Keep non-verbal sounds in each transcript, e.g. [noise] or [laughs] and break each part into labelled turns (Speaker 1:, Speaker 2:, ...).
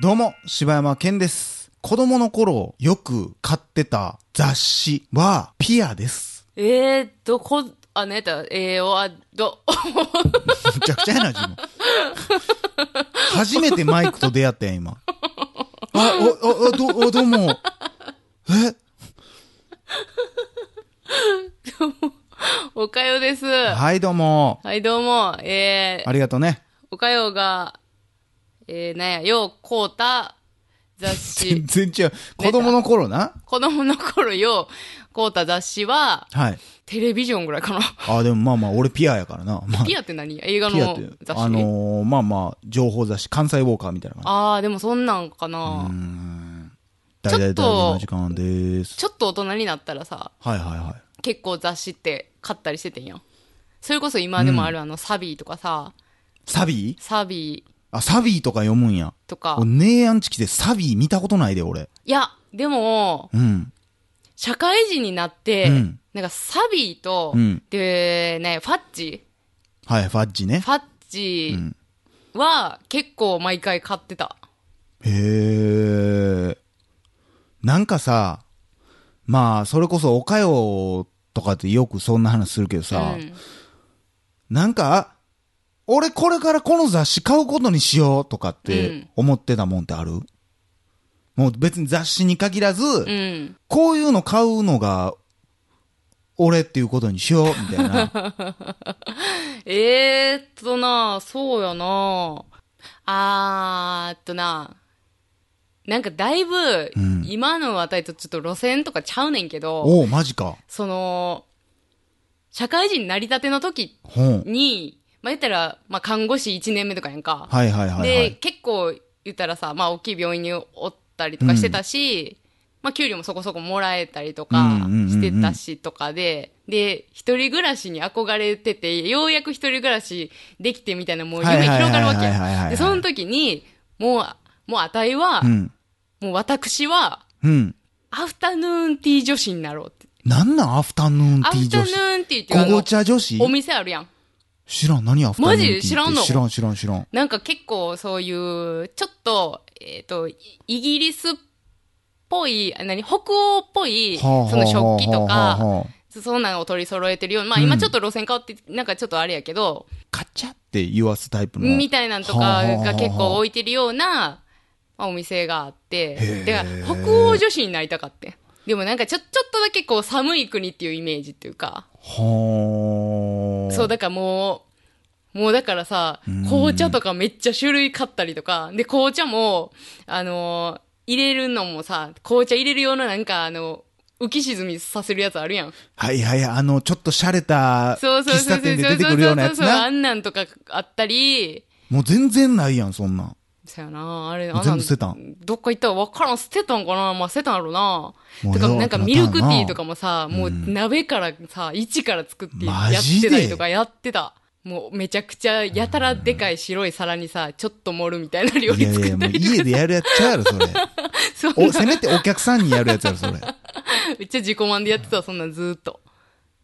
Speaker 1: どうも、柴山健です。子供の頃、よく買ってた雑誌は、ピアです。
Speaker 2: えー、どこ、あ、なんやったえー、わ、ど、 [laughs]
Speaker 1: むちゃくちゃやな、自分。初めてマイクと出会ったやん、今。あ、お、お、おどう、おどうも。え
Speaker 2: おかよです。は
Speaker 1: はい、どうも。
Speaker 2: い、どうも。えー、
Speaker 1: ありがとうね。
Speaker 2: おかよが、えー、なんや、ようこうた雑誌
Speaker 1: [laughs] 全。然違う。子供の頃な。
Speaker 2: 子供の頃ようこうた雑誌は、
Speaker 1: はい。
Speaker 2: テレビジョンぐらいかな。 [laughs]
Speaker 1: あ、でもまあまあ、俺ピアやからな。まあ、
Speaker 2: ピアって何映画
Speaker 1: ピア
Speaker 2: の
Speaker 1: って、
Speaker 2: 雑誌。
Speaker 1: あのー、まあまあ、情報雑誌、関西ウォーカーみたいな感
Speaker 2: あー、でもそんなんかな。
Speaker 1: じ。
Speaker 2: ちょ
Speaker 1: 大
Speaker 2: っと
Speaker 1: 々大々の時間です。
Speaker 2: ちょっと大人になったらさ、
Speaker 1: はいはいはい。
Speaker 2: 結構雑誌って買ったりしててんやん。それこそ今でもある、あの、サビーとかさ、
Speaker 1: サビー
Speaker 2: サビー
Speaker 1: あ、サビーとか読むんや。
Speaker 2: とか
Speaker 1: 俺、。ネイアンチキでサビー見たことないで、俺。
Speaker 2: いや、でも、
Speaker 1: うん。
Speaker 2: 社会人になって、
Speaker 1: うん
Speaker 2: なんかサビーと、
Speaker 1: うん
Speaker 2: で、ね、ファッチ
Speaker 1: はい、ファッジね
Speaker 2: フ。ァッチは結構毎回買ってた。
Speaker 1: へー。なんかさ、まあ、それこそ、おかよとかってよくそんな話するけどさ
Speaker 2: う、ん
Speaker 1: なんか、俺これからこの雑誌買うことにしようとかって思ってたもんってある、もう別に雑誌に限らず、
Speaker 2: うん。
Speaker 1: こういうの買うのが、俺っていうことにしよう、みたい
Speaker 2: [laughs]
Speaker 1: な。
Speaker 2: えー、っとな、そうやな。あーっとな、なんかだいぶ、
Speaker 1: うん
Speaker 2: 今のあたりとちょっと路線とかちゃうねんけど、
Speaker 1: おお、マジか。
Speaker 2: その、社会人なりたての時
Speaker 1: ほん。
Speaker 2: に、まあ、言ったら、まあ、看護師1年目とかやんか。
Speaker 1: はいはいはい、は
Speaker 2: で、
Speaker 1: い。
Speaker 2: 結構言ったらさ、まあ、大きい病院におったりとかしてたし、まあ、給料もそこそこもらえたりと
Speaker 1: うん
Speaker 2: か
Speaker 1: うんうんうん
Speaker 2: してたしとかで、で、一人暮らしに憧れてて、ようやく一人暮らしできてみたいな、もう夢広がるわけ
Speaker 1: はいはいはいはいはいは
Speaker 2: や
Speaker 1: い
Speaker 2: で、その時に、もう、もうあたいは、
Speaker 1: うん。
Speaker 2: もう私は、
Speaker 1: うん。
Speaker 2: アフタヌーンティー女子になろうって。
Speaker 1: なんなんアフタヌーンテ
Speaker 2: ア
Speaker 1: ィー
Speaker 2: フタ
Speaker 1: 女
Speaker 2: ヌ
Speaker 1: 子。
Speaker 2: ーンティーっていうあ
Speaker 1: ゴゴ
Speaker 2: の
Speaker 1: チャ女子
Speaker 2: お店あるやん。
Speaker 1: 知らん、何アフタヌーンティーって
Speaker 2: マジ知らんの
Speaker 1: 知らん知らん知らん。
Speaker 2: なんか結構そういう、ちょっと、えっ、と、イイギリスっぽい、あ何、北欧っぽい、
Speaker 1: はあはあはあ
Speaker 2: その食器と
Speaker 1: はあ
Speaker 2: か、
Speaker 1: はあ
Speaker 2: そんなのを取り揃えてるような、まあ
Speaker 1: うん
Speaker 2: 今ちょっと路線変わって、なんかちょっとあれやけど、
Speaker 1: カチャって言わすタイプの。
Speaker 2: みたいなんとかが結構置いてるような、まあ、お店があって
Speaker 1: へ、
Speaker 2: だから
Speaker 1: え
Speaker 2: 北欧女子になりたかって。でもなんかちょ、ちょっとだけこう寒い国っていうイメージっていうか、
Speaker 1: はあ。
Speaker 2: そう、だからもう、もうだからさ、紅茶とかめっちゃ種類買ったりとか、で、紅茶も、あのー入れるのもさ、紅茶入れる用のなんか、あの、浮き沈みさせるやつあるやん。
Speaker 1: はいはいはい、あの、ちょっと洒落た、
Speaker 2: そう
Speaker 1: 喫
Speaker 2: そうそうそ
Speaker 1: 茶
Speaker 2: う。
Speaker 1: 店で出てくるようなやつ
Speaker 2: そうそうそうそうあ
Speaker 1: な。
Speaker 2: んなんとかあったり、
Speaker 1: もう全然ないやん、そんなん。
Speaker 2: そやな、あれ、
Speaker 1: もう
Speaker 2: あんな
Speaker 1: 全
Speaker 2: ん
Speaker 1: 部捨てたん
Speaker 2: どっか行ったら分からん、捨てたんかなまあ、捨てたんやろな。
Speaker 1: もう
Speaker 2: とか、なんかミルクティーとか
Speaker 1: も。
Speaker 2: もさ、もう鍋からさ、一から作ってや
Speaker 1: マ
Speaker 2: っ
Speaker 1: ジで
Speaker 2: てたりとかやってた。もうめちゃくちゃやたらでかい白い皿にさ、ちょっと盛るみたいな料
Speaker 1: い
Speaker 2: 理
Speaker 1: やい
Speaker 2: 作
Speaker 1: や、
Speaker 2: っ
Speaker 1: も
Speaker 2: た
Speaker 1: う
Speaker 2: りとか
Speaker 1: 家でやるやつちゃうやろ、そ
Speaker 2: [laughs]
Speaker 1: れ。
Speaker 2: そん
Speaker 1: お、
Speaker 2: な
Speaker 1: せめてお客さんにやるやつやろ、それ。
Speaker 2: めっちゃ自己満でやってたわ、そんなんずーっと。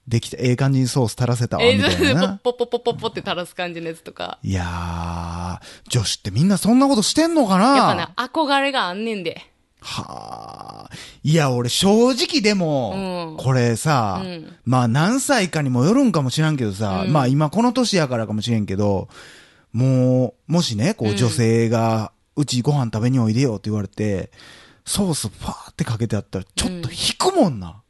Speaker 1: できた、ええ感じにソース垂らせたわ、
Speaker 2: え
Speaker 1: み
Speaker 2: [laughs]
Speaker 1: たいな。
Speaker 2: ポッポッポッポッポッって垂らす感じのやつとか。
Speaker 1: いやー、女子ってみんなそんなことしてんのか
Speaker 2: やっ
Speaker 1: な
Speaker 2: ぱな、憧れがあんねんで。
Speaker 1: はー。いや、俺正直でも
Speaker 2: う、ん
Speaker 1: これさ、
Speaker 2: うん
Speaker 1: まあ何歳かにもよるんかもしらんけどさ、まあ今この年やからかもしれんけど、もう、もしね、こう女性が、うちご飯食べにおいでよって言われて、ソースファーってかけてあったら、ちょっと引くもんな。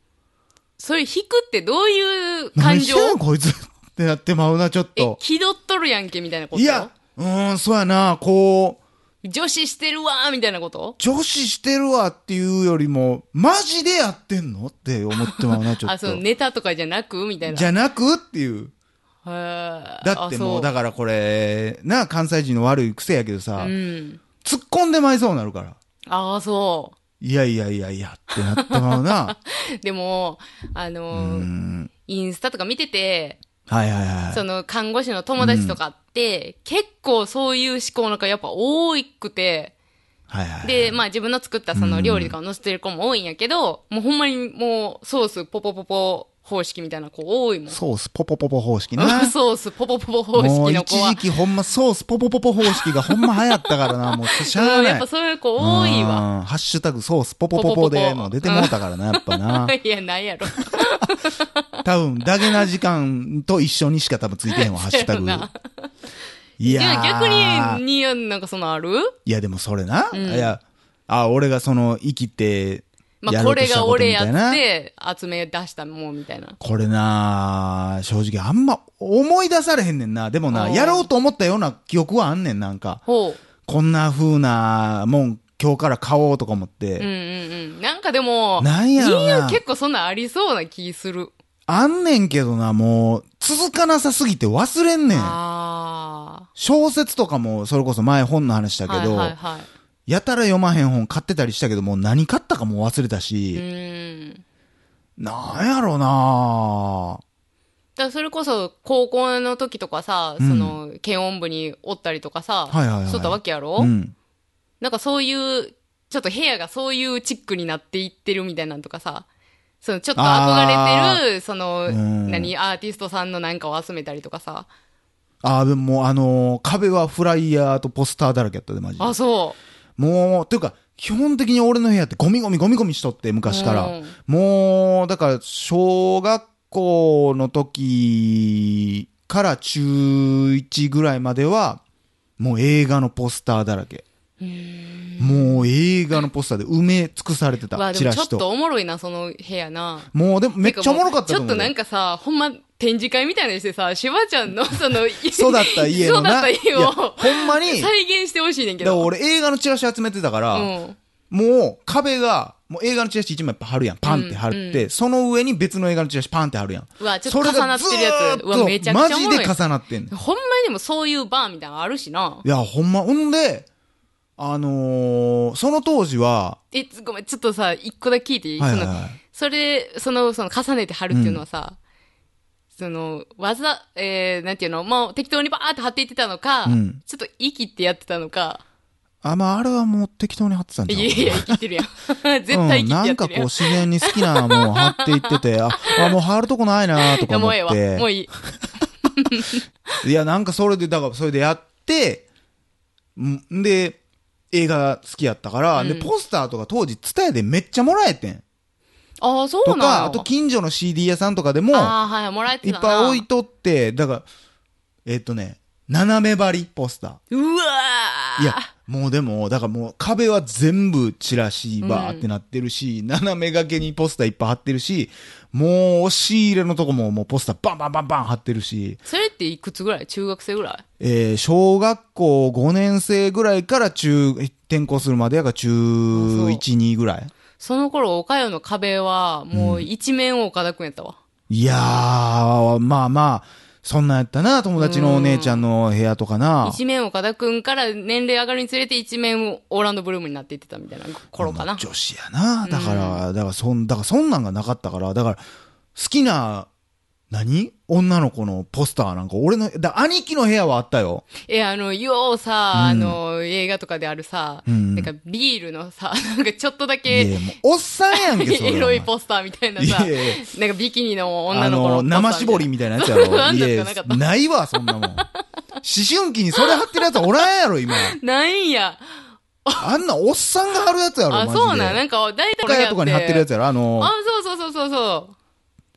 Speaker 2: それ引くってどういう
Speaker 1: 何
Speaker 2: 感情
Speaker 1: してんのこいつってなってまうな、ちょっ
Speaker 2: え
Speaker 1: と、。
Speaker 2: 気取っとるやんけみたいなこと
Speaker 1: いや、うーん、そうやな、こう、
Speaker 2: 女子してるわーみたいなこと
Speaker 1: 女子してるわっていうよりも、マジでやってんのって思ってまうな、ちょっと。
Speaker 2: あ、そのネタとかじゃなくみたいな。
Speaker 1: じゃなくっていう。だ
Speaker 2: だ
Speaker 1: ってもう、だ
Speaker 2: か
Speaker 1: からこれ、な、関西人の悪い癖やけどさ、
Speaker 2: うん。
Speaker 1: 突っ込んでまいそうになるから。
Speaker 2: ああ、そ
Speaker 1: いやいやいやいやってなってまう
Speaker 2: [laughs]
Speaker 1: な。
Speaker 2: う。でも、あの
Speaker 1: う
Speaker 2: ー、
Speaker 1: ん。
Speaker 2: インスタとか見てて、
Speaker 1: はいはいはい。
Speaker 2: その看護師の友達とかって、結構そういう思考の子やっぱ多くて、
Speaker 1: はいはい。
Speaker 2: で、まあ自分の作ったその料理とかを載せてる子も多いんやけど、もうほんまにもうソースポポポポ、方式みたいな子多いもん。
Speaker 1: ソースポポポポ方式
Speaker 2: [laughs]
Speaker 1: ね。
Speaker 2: ソースポポポポ方
Speaker 1: もう
Speaker 2: 式の
Speaker 1: 一
Speaker 2: 子は
Speaker 1: 時。期ほんまソースポポポポ方式がほんま流行ったから
Speaker 2: [laughs]
Speaker 1: な、もうしゃ
Speaker 2: う
Speaker 1: あ
Speaker 2: ん、
Speaker 1: な
Speaker 2: やっ
Speaker 1: い
Speaker 2: ぱ。そういう子多いわ。
Speaker 1: うん。ハッシュタグソースポポポポ
Speaker 2: ポポ
Speaker 1: で
Speaker 2: ポポ
Speaker 1: もう出てもうたからな、やっぱな。
Speaker 2: [laughs] いや、ないやろ。
Speaker 1: [laughs] 多分、ダゲな時間と一緒にしか多分ついてへんわ、ハッシュタグ
Speaker 2: [laughs] そうやろな。
Speaker 1: い
Speaker 2: い
Speaker 1: や
Speaker 2: や、
Speaker 1: ー
Speaker 2: 逆に、にや、なんかそのある
Speaker 1: いや、でもそれな。
Speaker 2: うん
Speaker 1: いや、あ、俺がその、生きて、
Speaker 2: まあ、
Speaker 1: ろ
Speaker 2: こ
Speaker 1: うと
Speaker 2: れ
Speaker 1: した
Speaker 2: が
Speaker 1: こと
Speaker 2: 俺
Speaker 1: み
Speaker 2: や
Speaker 1: たいな
Speaker 2: っ。て、集め出したもんみたいな。
Speaker 1: これなあ正直あんま思い出されへんねんな。でもな、
Speaker 2: うん
Speaker 1: やろうと思ったような記憶はあんねん、なんか。
Speaker 2: ほ
Speaker 1: こんな風なもん今日から買おうとか思っ
Speaker 2: う。うん
Speaker 1: て。
Speaker 2: うんうん。なんかでも、
Speaker 1: なんやろな
Speaker 2: 銀融結構そんなんありそうな気する。
Speaker 1: あんねんけどな、もう、続かなさすぎて忘れんねん。
Speaker 2: あ
Speaker 1: 小説とかも、それこそ前本の話
Speaker 2: あ。
Speaker 1: だ
Speaker 2: は
Speaker 1: け
Speaker 2: い
Speaker 1: ど、
Speaker 2: はいはい。
Speaker 1: やたら読まへん本買ってたりしたけど、もう何買ったかも忘れた
Speaker 2: う
Speaker 1: し、
Speaker 2: ーん。
Speaker 1: なんやろうな
Speaker 2: だからそれこそ、高校の時とかさ、
Speaker 1: うん
Speaker 2: その、検音部におったりとかさ、
Speaker 1: はいはいはい
Speaker 2: そうたわけやろ、
Speaker 1: うん。
Speaker 2: なんかそういう、ちょっと部屋がそういうチックになっていってるみたいなんとかさ、そのちょっと憧れてる、その、
Speaker 1: うん
Speaker 2: 何、アーティストさんのなんかを集めたりとかさ。
Speaker 1: ああ、でももうあのー壁はフライヤーとポスターだらけやったで、マジで。
Speaker 2: あ、そ
Speaker 1: もう、というか、基本的に俺の部屋ってゴミゴミゴミゴミしとって、昔から。
Speaker 2: うん
Speaker 1: もう、だから、小学校の時から中1ぐらいまでは、もう映画のポスターだらけ。もう映画のポスターで埋め尽くされて
Speaker 2: う。わ
Speaker 1: た、
Speaker 2: あ、
Speaker 1: チ
Speaker 2: でも
Speaker 1: ラ
Speaker 2: ちょ
Speaker 1: シ
Speaker 2: っと
Speaker 1: と。
Speaker 2: おもろいな、その部屋な。
Speaker 1: もう、でもめっちゃおもろかった
Speaker 2: て
Speaker 1: と
Speaker 2: か
Speaker 1: 思う
Speaker 2: もうちょっと
Speaker 1: よ。
Speaker 2: なんかさ、ほんま展示会みたいなのしてさ、しばちゃんの
Speaker 1: [laughs]
Speaker 2: その、育
Speaker 1: 育った家のな。
Speaker 2: 育った家
Speaker 1: いや
Speaker 2: を
Speaker 1: ほんまに、だか
Speaker 2: [laughs] 再現してほしいねんけ
Speaker 1: ら
Speaker 2: ど。
Speaker 1: 俺映画のチラシ集めてたから、
Speaker 2: うん。
Speaker 1: もう壁が、もう映画のチラシ一枚貼るやん。パンって貼って、
Speaker 2: うん
Speaker 1: その上に別の映画のチラシパンって貼るやん。
Speaker 2: うわちょっと重なってるやつ
Speaker 1: それがずーっ
Speaker 2: う
Speaker 1: と
Speaker 2: わめちゃくちゃおもろい
Speaker 1: マジで重なってんねん
Speaker 2: ほんまにでもそういうバーみたいなのあるしな。
Speaker 1: いや、ほんま、ほんで、あのー、その当時は、
Speaker 2: え、つごめん、ちょっとさ、一個だけ聞いていい、
Speaker 1: はいはい
Speaker 2: その
Speaker 1: はい。
Speaker 2: それ、その、その、重ねて貼るっていうのはさ、その、技、えー、なんていうの、もう適当にバーって貼っていってたのか、
Speaker 1: うん
Speaker 2: ちょっと息ってやってたのか、
Speaker 1: あ、まあ、あれはもう適当に貼ってたん
Speaker 2: い
Speaker 1: じゃ
Speaker 2: やいや、生きてるやん。 [laughs] 絶
Speaker 1: う
Speaker 2: 対生き
Speaker 1: ん、
Speaker 2: てや
Speaker 1: な
Speaker 2: って
Speaker 1: んかこ
Speaker 2: る
Speaker 1: う
Speaker 2: やん。
Speaker 1: 自然に好きなもん貼っていってて、あ、あもう貼るとこないなと
Speaker 2: い
Speaker 1: か
Speaker 2: や
Speaker 1: 思っ
Speaker 2: もうええわ。もう
Speaker 1: て。
Speaker 2: いい。
Speaker 1: いや、なんかそれで、だからそれでやって、んで、映画好きやったから、で、ポスターとか当時、ツタヤでめっちゃもらえてん。
Speaker 2: ああ、そうな
Speaker 1: と
Speaker 2: んや
Speaker 1: か、あと近所の CD 屋さんとかでも、
Speaker 2: ああ、はい、もらえ
Speaker 1: い
Speaker 2: て
Speaker 1: ったぱ
Speaker 2: な。
Speaker 1: い置いとって、だから、えっとね、斜め張りポスター。
Speaker 2: うわー
Speaker 1: いや、もうでも、だからもう壁は全部チラシバーってなってるし、斜め掛けにポスターいっぱい貼ってるし、もう押し入れのとこももうポスターバンバンバンバン貼ってるし、
Speaker 2: それっていくつぐらい中学生ぐらい
Speaker 1: えー、小学校5年生ぐらいから中、転校するまでやが中
Speaker 2: そう
Speaker 1: 1、2ぐらい
Speaker 2: その頃、岡山の壁は、もう一面岡田くんやったわ。
Speaker 1: いやー、まあまあ、そんなんやったな、友達のお姉ちゃんの部屋とかな。
Speaker 2: 一面岡田くんから年齢上がるにつれて一面オーランドブルームになっていってたみたいな頃か
Speaker 1: ま
Speaker 2: な
Speaker 1: あ。女子やな。だから、だからそん、だからそんなんがなかったから、だから、好きな、何女の子のポスターなんか、俺の、だ兄貴の部屋はあったよ。
Speaker 2: え、あの、ようさ、あの、映画とかであるさ、
Speaker 1: ん
Speaker 2: なんかビールのさ、 [laughs] なんかちょっとだ
Speaker 1: いやい
Speaker 2: け、
Speaker 1: やもう、おっさんやんけ、それ。
Speaker 2: [laughs] エロいポスターみたいなさ、
Speaker 1: いやいや
Speaker 2: なんかビキニの
Speaker 1: あ
Speaker 2: 女の子の
Speaker 1: の、生絞り
Speaker 2: み
Speaker 1: みたいなやつやろ。
Speaker 2: あん [laughs] なん
Speaker 1: い
Speaker 2: と
Speaker 1: や
Speaker 2: かなかった
Speaker 1: ないわ、そんなもん。思春期にそれ貼ってるやつおらんやろ、
Speaker 2: [laughs]
Speaker 1: 今。
Speaker 2: たいな。なんや。
Speaker 1: あんなおっさんが貼るやつやろ、マ
Speaker 2: あ、
Speaker 1: ジで。
Speaker 2: そうなん、なんか、大体
Speaker 1: 深谷とかに貼ってるやつやろ、あの
Speaker 2: あ、、そうそうそうそうそう。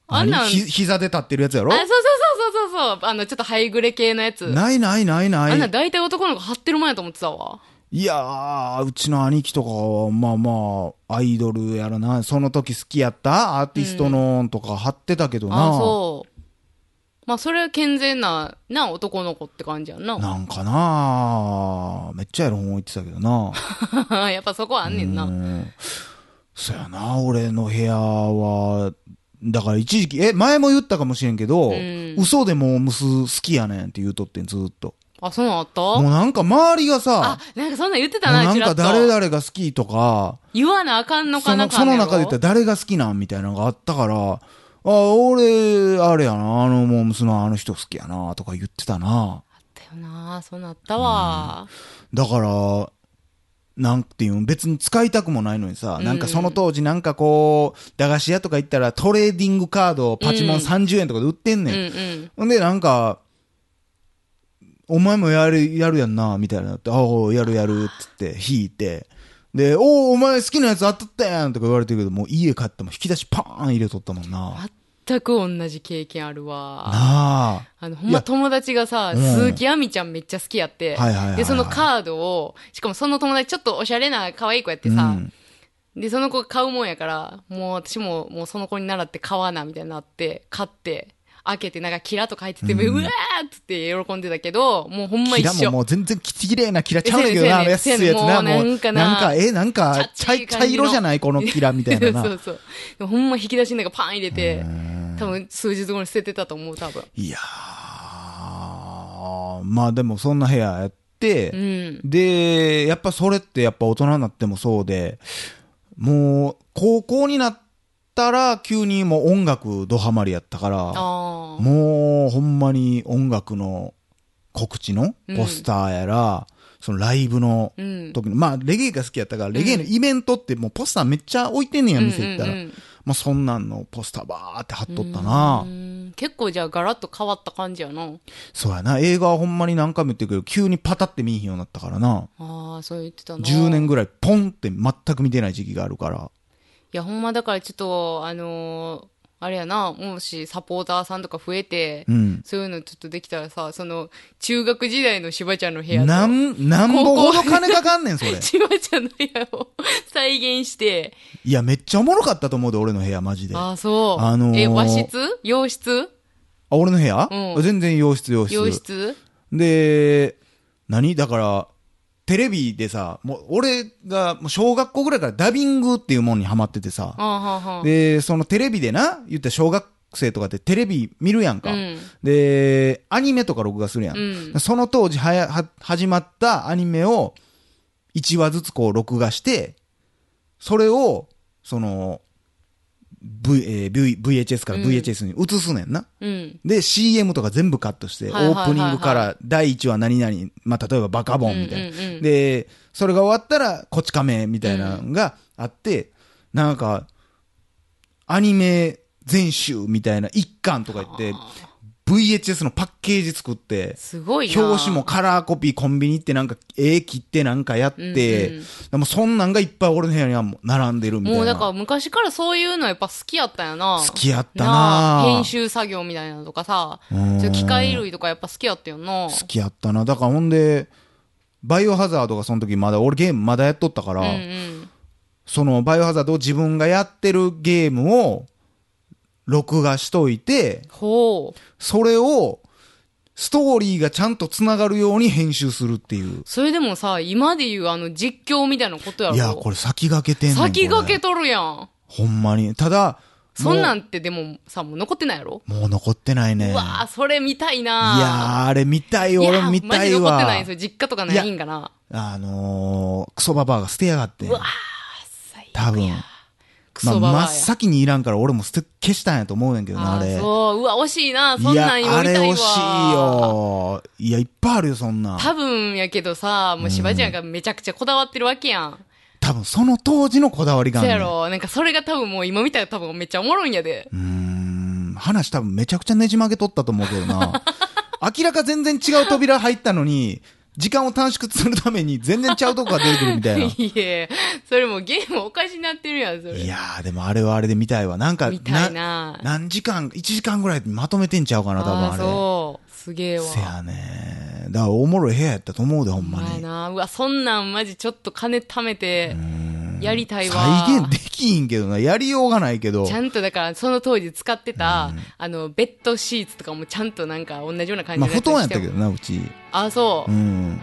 Speaker 2: あんなん。あ、
Speaker 1: 何
Speaker 2: そう
Speaker 1: ひ膝で立ってるやつやろ
Speaker 2: そうそうそうそうそう。あの、ちょっとハイグレ系のやつ。
Speaker 1: ないないないない。
Speaker 2: あんなん大体男の子貼ってる前やと思ってたわ。
Speaker 1: いやー、うちの兄貴とかは、まあまあ、アイドルやらな、その時好きやったアーティストのとか貼ってたけどな。
Speaker 2: あ、そう。まあ、それは健全な、な、男の子って感じやんな。
Speaker 1: なんかなめっちゃエロ本言ってたけどな。
Speaker 2: [laughs] やっぱそこはあんねん
Speaker 1: う
Speaker 2: な。
Speaker 1: ん。そやな、俺の部屋は、だから一時期、え、前も言ったかもしれんけど、
Speaker 2: ん
Speaker 1: 嘘でもムス好きやねんって言うとってん、ずーっと。
Speaker 2: あ、そうなんあった
Speaker 1: もうなんか周りが
Speaker 2: あ
Speaker 1: さ、、
Speaker 2: なんかそんなん言ってた
Speaker 1: もう
Speaker 2: な、
Speaker 1: な
Speaker 2: ち
Speaker 1: ん
Speaker 2: ら
Speaker 1: か
Speaker 2: っと。
Speaker 1: 誰々が好きとか、
Speaker 2: 言わなあかんのか
Speaker 1: そ
Speaker 2: な
Speaker 1: の
Speaker 2: か
Speaker 1: そ
Speaker 2: ん
Speaker 1: の
Speaker 2: やろ
Speaker 1: 中で言ったら誰が好きなんみたいなのがあったから、あ、俺、あれやな、あのモームスのあの人好きやな、とか言ってたな。
Speaker 2: あったよな、そうなったわ。
Speaker 1: だから、なんていうん、別に使いたくもないのにさ、なんかその当時なんかこう、駄菓子屋とか行ったらトレーディングカードをパチモン30円とかで売ってんね
Speaker 2: うん
Speaker 1: ん。
Speaker 2: うん。
Speaker 1: ほんでなんか、お前もやる、やるやんな、みたいになって、ああ、やるやる、つって引いて、で、おお、お前好きなやつ当たったやんとか言われてるけど、もう家帰っても引き出しパーン入れとったもんな。な
Speaker 2: 全く同じ経験あるわ。
Speaker 1: あ。
Speaker 2: あの、ほん
Speaker 1: い
Speaker 2: ま
Speaker 1: や
Speaker 2: 友達がさ、
Speaker 1: うん
Speaker 2: 鈴木亜美ちゃんめっちゃ好きやって、
Speaker 1: はいはいはいはい
Speaker 2: で、そのカードを、しかもその友達ちょっとおしゃれな可愛い子やってさ、
Speaker 1: うん
Speaker 2: で、その子が買うもんやから、もう私ももうその子に習って買わな、みたいになって、買って、開けてなんかキラとか入ってて、うわーっつって喜んでたけど、もうほんま
Speaker 1: キ
Speaker 2: 一
Speaker 1: ラも
Speaker 2: 緒。
Speaker 1: もう全然綺麗なキラちゃうねんだけどな、
Speaker 2: え
Speaker 1: 安
Speaker 2: せや
Speaker 1: い
Speaker 2: ねん
Speaker 1: やつな、
Speaker 2: せやねんも
Speaker 1: もう。
Speaker 2: うなんかな
Speaker 1: え、なんか、
Speaker 2: 茶
Speaker 1: 茶
Speaker 2: っちゃい感
Speaker 1: 茶
Speaker 2: じの
Speaker 1: 色じゃないこのキラみたいな [laughs] な。
Speaker 2: [laughs] そうそう。でもほんま引き出しの中パーン入れて、多分数日後に捨ててたと思う、多分。
Speaker 1: いやー、まあでもそんな部屋やっ
Speaker 2: う
Speaker 1: て、
Speaker 2: ん。
Speaker 1: で、やっぱそれってやっぱ大人になってもそうで、もう、高校になったら急にもう音楽ドハマりやったから、
Speaker 2: ああ。
Speaker 1: もうほんまに音楽の告知のポスターやら、そのライブの
Speaker 2: うん。
Speaker 1: 時に、まあレゲエが好きやったから、レゲエのイベントってもうポスターめっちゃ置いてんねんや、店行ったら。
Speaker 2: うんうんうん
Speaker 1: まあそんなんのポスターばーって貼っとったな。
Speaker 2: うん結構じゃあガラッと変わった感じやな。
Speaker 1: そうやな。映画はほんまに何回も言ってるけど、急にパタって見えへんようになったからな。
Speaker 2: ああ、そう言ってたな。
Speaker 1: 10年ぐらいポンって全く見てない時期があるから。
Speaker 2: いや、ほんまだからちょっと、あのーあれやな、もしサポーターさんとか増えて、
Speaker 1: うん。
Speaker 2: そういうのちょっとできたらさ、その、中学時代のしばちゃんの部屋と。
Speaker 1: なん、なんぼほど金かかんねん、それ
Speaker 2: [laughs] しばちゃんの部屋を再現して、
Speaker 1: いや、めっちゃおもろかったと思うで、俺の部屋、マジで。あ、
Speaker 2: ああ、そう。
Speaker 1: あのー
Speaker 2: え、和室洋室
Speaker 1: 俺の部屋、
Speaker 2: うん
Speaker 1: 全然洋室、洋室。
Speaker 2: 洋室
Speaker 1: で、何だから、テレビでさ、もう、俺が、もう小学校ぐらいからダビングっていうもんにハマっててさ
Speaker 2: あ。あ、はあはあ。
Speaker 1: で、そのテレビでな、言ったら小学生とかってテレビ見るやんか。
Speaker 2: うん
Speaker 1: で、アニメとか録画するやん。
Speaker 2: うん
Speaker 1: その当時はや、は、始まったアニメを、1話ずつこう録画して、それを、その、v えー v VHS から VHS に移すねんな。
Speaker 2: うん。
Speaker 1: で、CM とか全部カットして、オ
Speaker 2: はいはいはいは
Speaker 1: ー
Speaker 2: い
Speaker 1: プニングから第1話何々、まあ、例えばバカボンみたい
Speaker 2: うんうんう
Speaker 1: な。
Speaker 2: ん
Speaker 1: で、それが終わったら、こち亀みたいなのがあって、なんか、アニメ全集みたいな一巻とか言って、VHS のパッケージ作って、
Speaker 2: すごいな。
Speaker 1: 表紙もカラーコピーコンビニ行ってなんか絵切ってなんかやって、
Speaker 2: うんうん
Speaker 1: でもそんなんがいっぱい俺の部屋にはもう並んでるみたいな。
Speaker 2: もうだから昔からそういうのやっぱ好きやったんやな。
Speaker 1: 好きやったな
Speaker 2: 編集作業みたいなのとかさ、
Speaker 1: うん
Speaker 2: そういう機械類とかやっぱ好きやったよな。
Speaker 1: 好きやったな。だからほんで、バイオハザードがその時まだ、俺ゲームまだやっとったから、
Speaker 2: うんうん。
Speaker 1: そのバイオハザードを自分がやってるゲームを録画しといて、
Speaker 2: ほう。
Speaker 1: それをストーリーがちゃんと繋がるように編集するっていう。
Speaker 2: それでもさ、今で言うあの実況みたいなことやろ。
Speaker 1: いや、これ先駆けてんねん
Speaker 2: 先
Speaker 1: これ
Speaker 2: 駆けとるやん。
Speaker 1: ほんまに。ただ、
Speaker 2: そんな
Speaker 1: も
Speaker 2: んってでもさ、もう残ってないやろ、
Speaker 1: うもう残ってないね。
Speaker 2: うわあそれ見たいない
Speaker 1: やー、あれ見たい、
Speaker 2: いや
Speaker 1: 俺見たい
Speaker 2: マジ残っ
Speaker 1: わ
Speaker 2: て。ないんですよ。実家とかないんかな。
Speaker 1: あのー、クソババアが捨てやがってん。多分。
Speaker 2: ク
Speaker 1: まあ、
Speaker 2: ソババア
Speaker 1: 真
Speaker 2: や。
Speaker 1: っ先にいらんから俺も捨て消したんやと思うねんけどな、あ
Speaker 2: あ
Speaker 1: れ。
Speaker 2: ーそう。うわ、惜しいな。そん
Speaker 1: い
Speaker 2: なん
Speaker 1: や、
Speaker 2: 今
Speaker 1: あ
Speaker 2: 見
Speaker 1: れ
Speaker 2: たいわ。
Speaker 1: 惜しい。よ。いや、いっぱいあるよ、そんなん。
Speaker 2: 多分やけどさ、もうしばちゃんがめちゃくちゃこだわってるわけやん。
Speaker 1: 多分その当時のこだわりがあ
Speaker 2: そ
Speaker 1: んね
Speaker 2: や
Speaker 1: んう
Speaker 2: ろ。なんかそれが多分もう今見たら多分めっちゃおもろいんやで。
Speaker 1: ーん。話多分めちゃくちゃねじ曲げとったと思うけどな。 [laughs] 明らか全然違う扉入ったのに、時間を短縮するために全然ちゃうとこが出てくるみたいな。
Speaker 2: [laughs] いえ、それもうゲームおかしになってるやん、それ。
Speaker 1: いやー、でもあれはあれで見たいわ。なんか、
Speaker 2: 見たいな
Speaker 1: 何時間、1時間ぐらいまとめてんちゃうかな、多分
Speaker 2: あ
Speaker 1: あれ。
Speaker 2: あ、そう。すげえわ。
Speaker 1: せやねだからおもろい部屋やったと思うで、ほんま
Speaker 2: まあ
Speaker 1: に。
Speaker 2: な。うわ、そんなんマジちょっと金貯めて、やりたいわ。
Speaker 1: 再現できんけどな。やりようがないけど
Speaker 2: ち。ゃんとだから、その当時使ってた、あの、ベッドシーツとかもちゃんとなんか同じような感じ
Speaker 1: まあ、
Speaker 2: の
Speaker 1: 布団やったけ
Speaker 2: やつ
Speaker 1: ど
Speaker 2: にしても。
Speaker 1: な、うち。
Speaker 2: ああ、そうう。
Speaker 1: ん。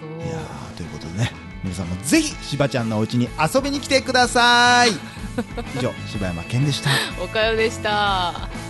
Speaker 2: そう
Speaker 1: いやー、ということで
Speaker 2: [laughs]
Speaker 1: ね。皆さんもぜひ、しばちゃんのお家に遊びに来てください。以上、柴山健でした。
Speaker 2: おかよでした。